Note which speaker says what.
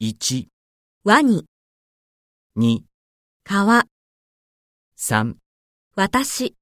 Speaker 1: 1、
Speaker 2: ワニ、
Speaker 1: 2、
Speaker 2: 川、
Speaker 1: 3
Speaker 2: 私。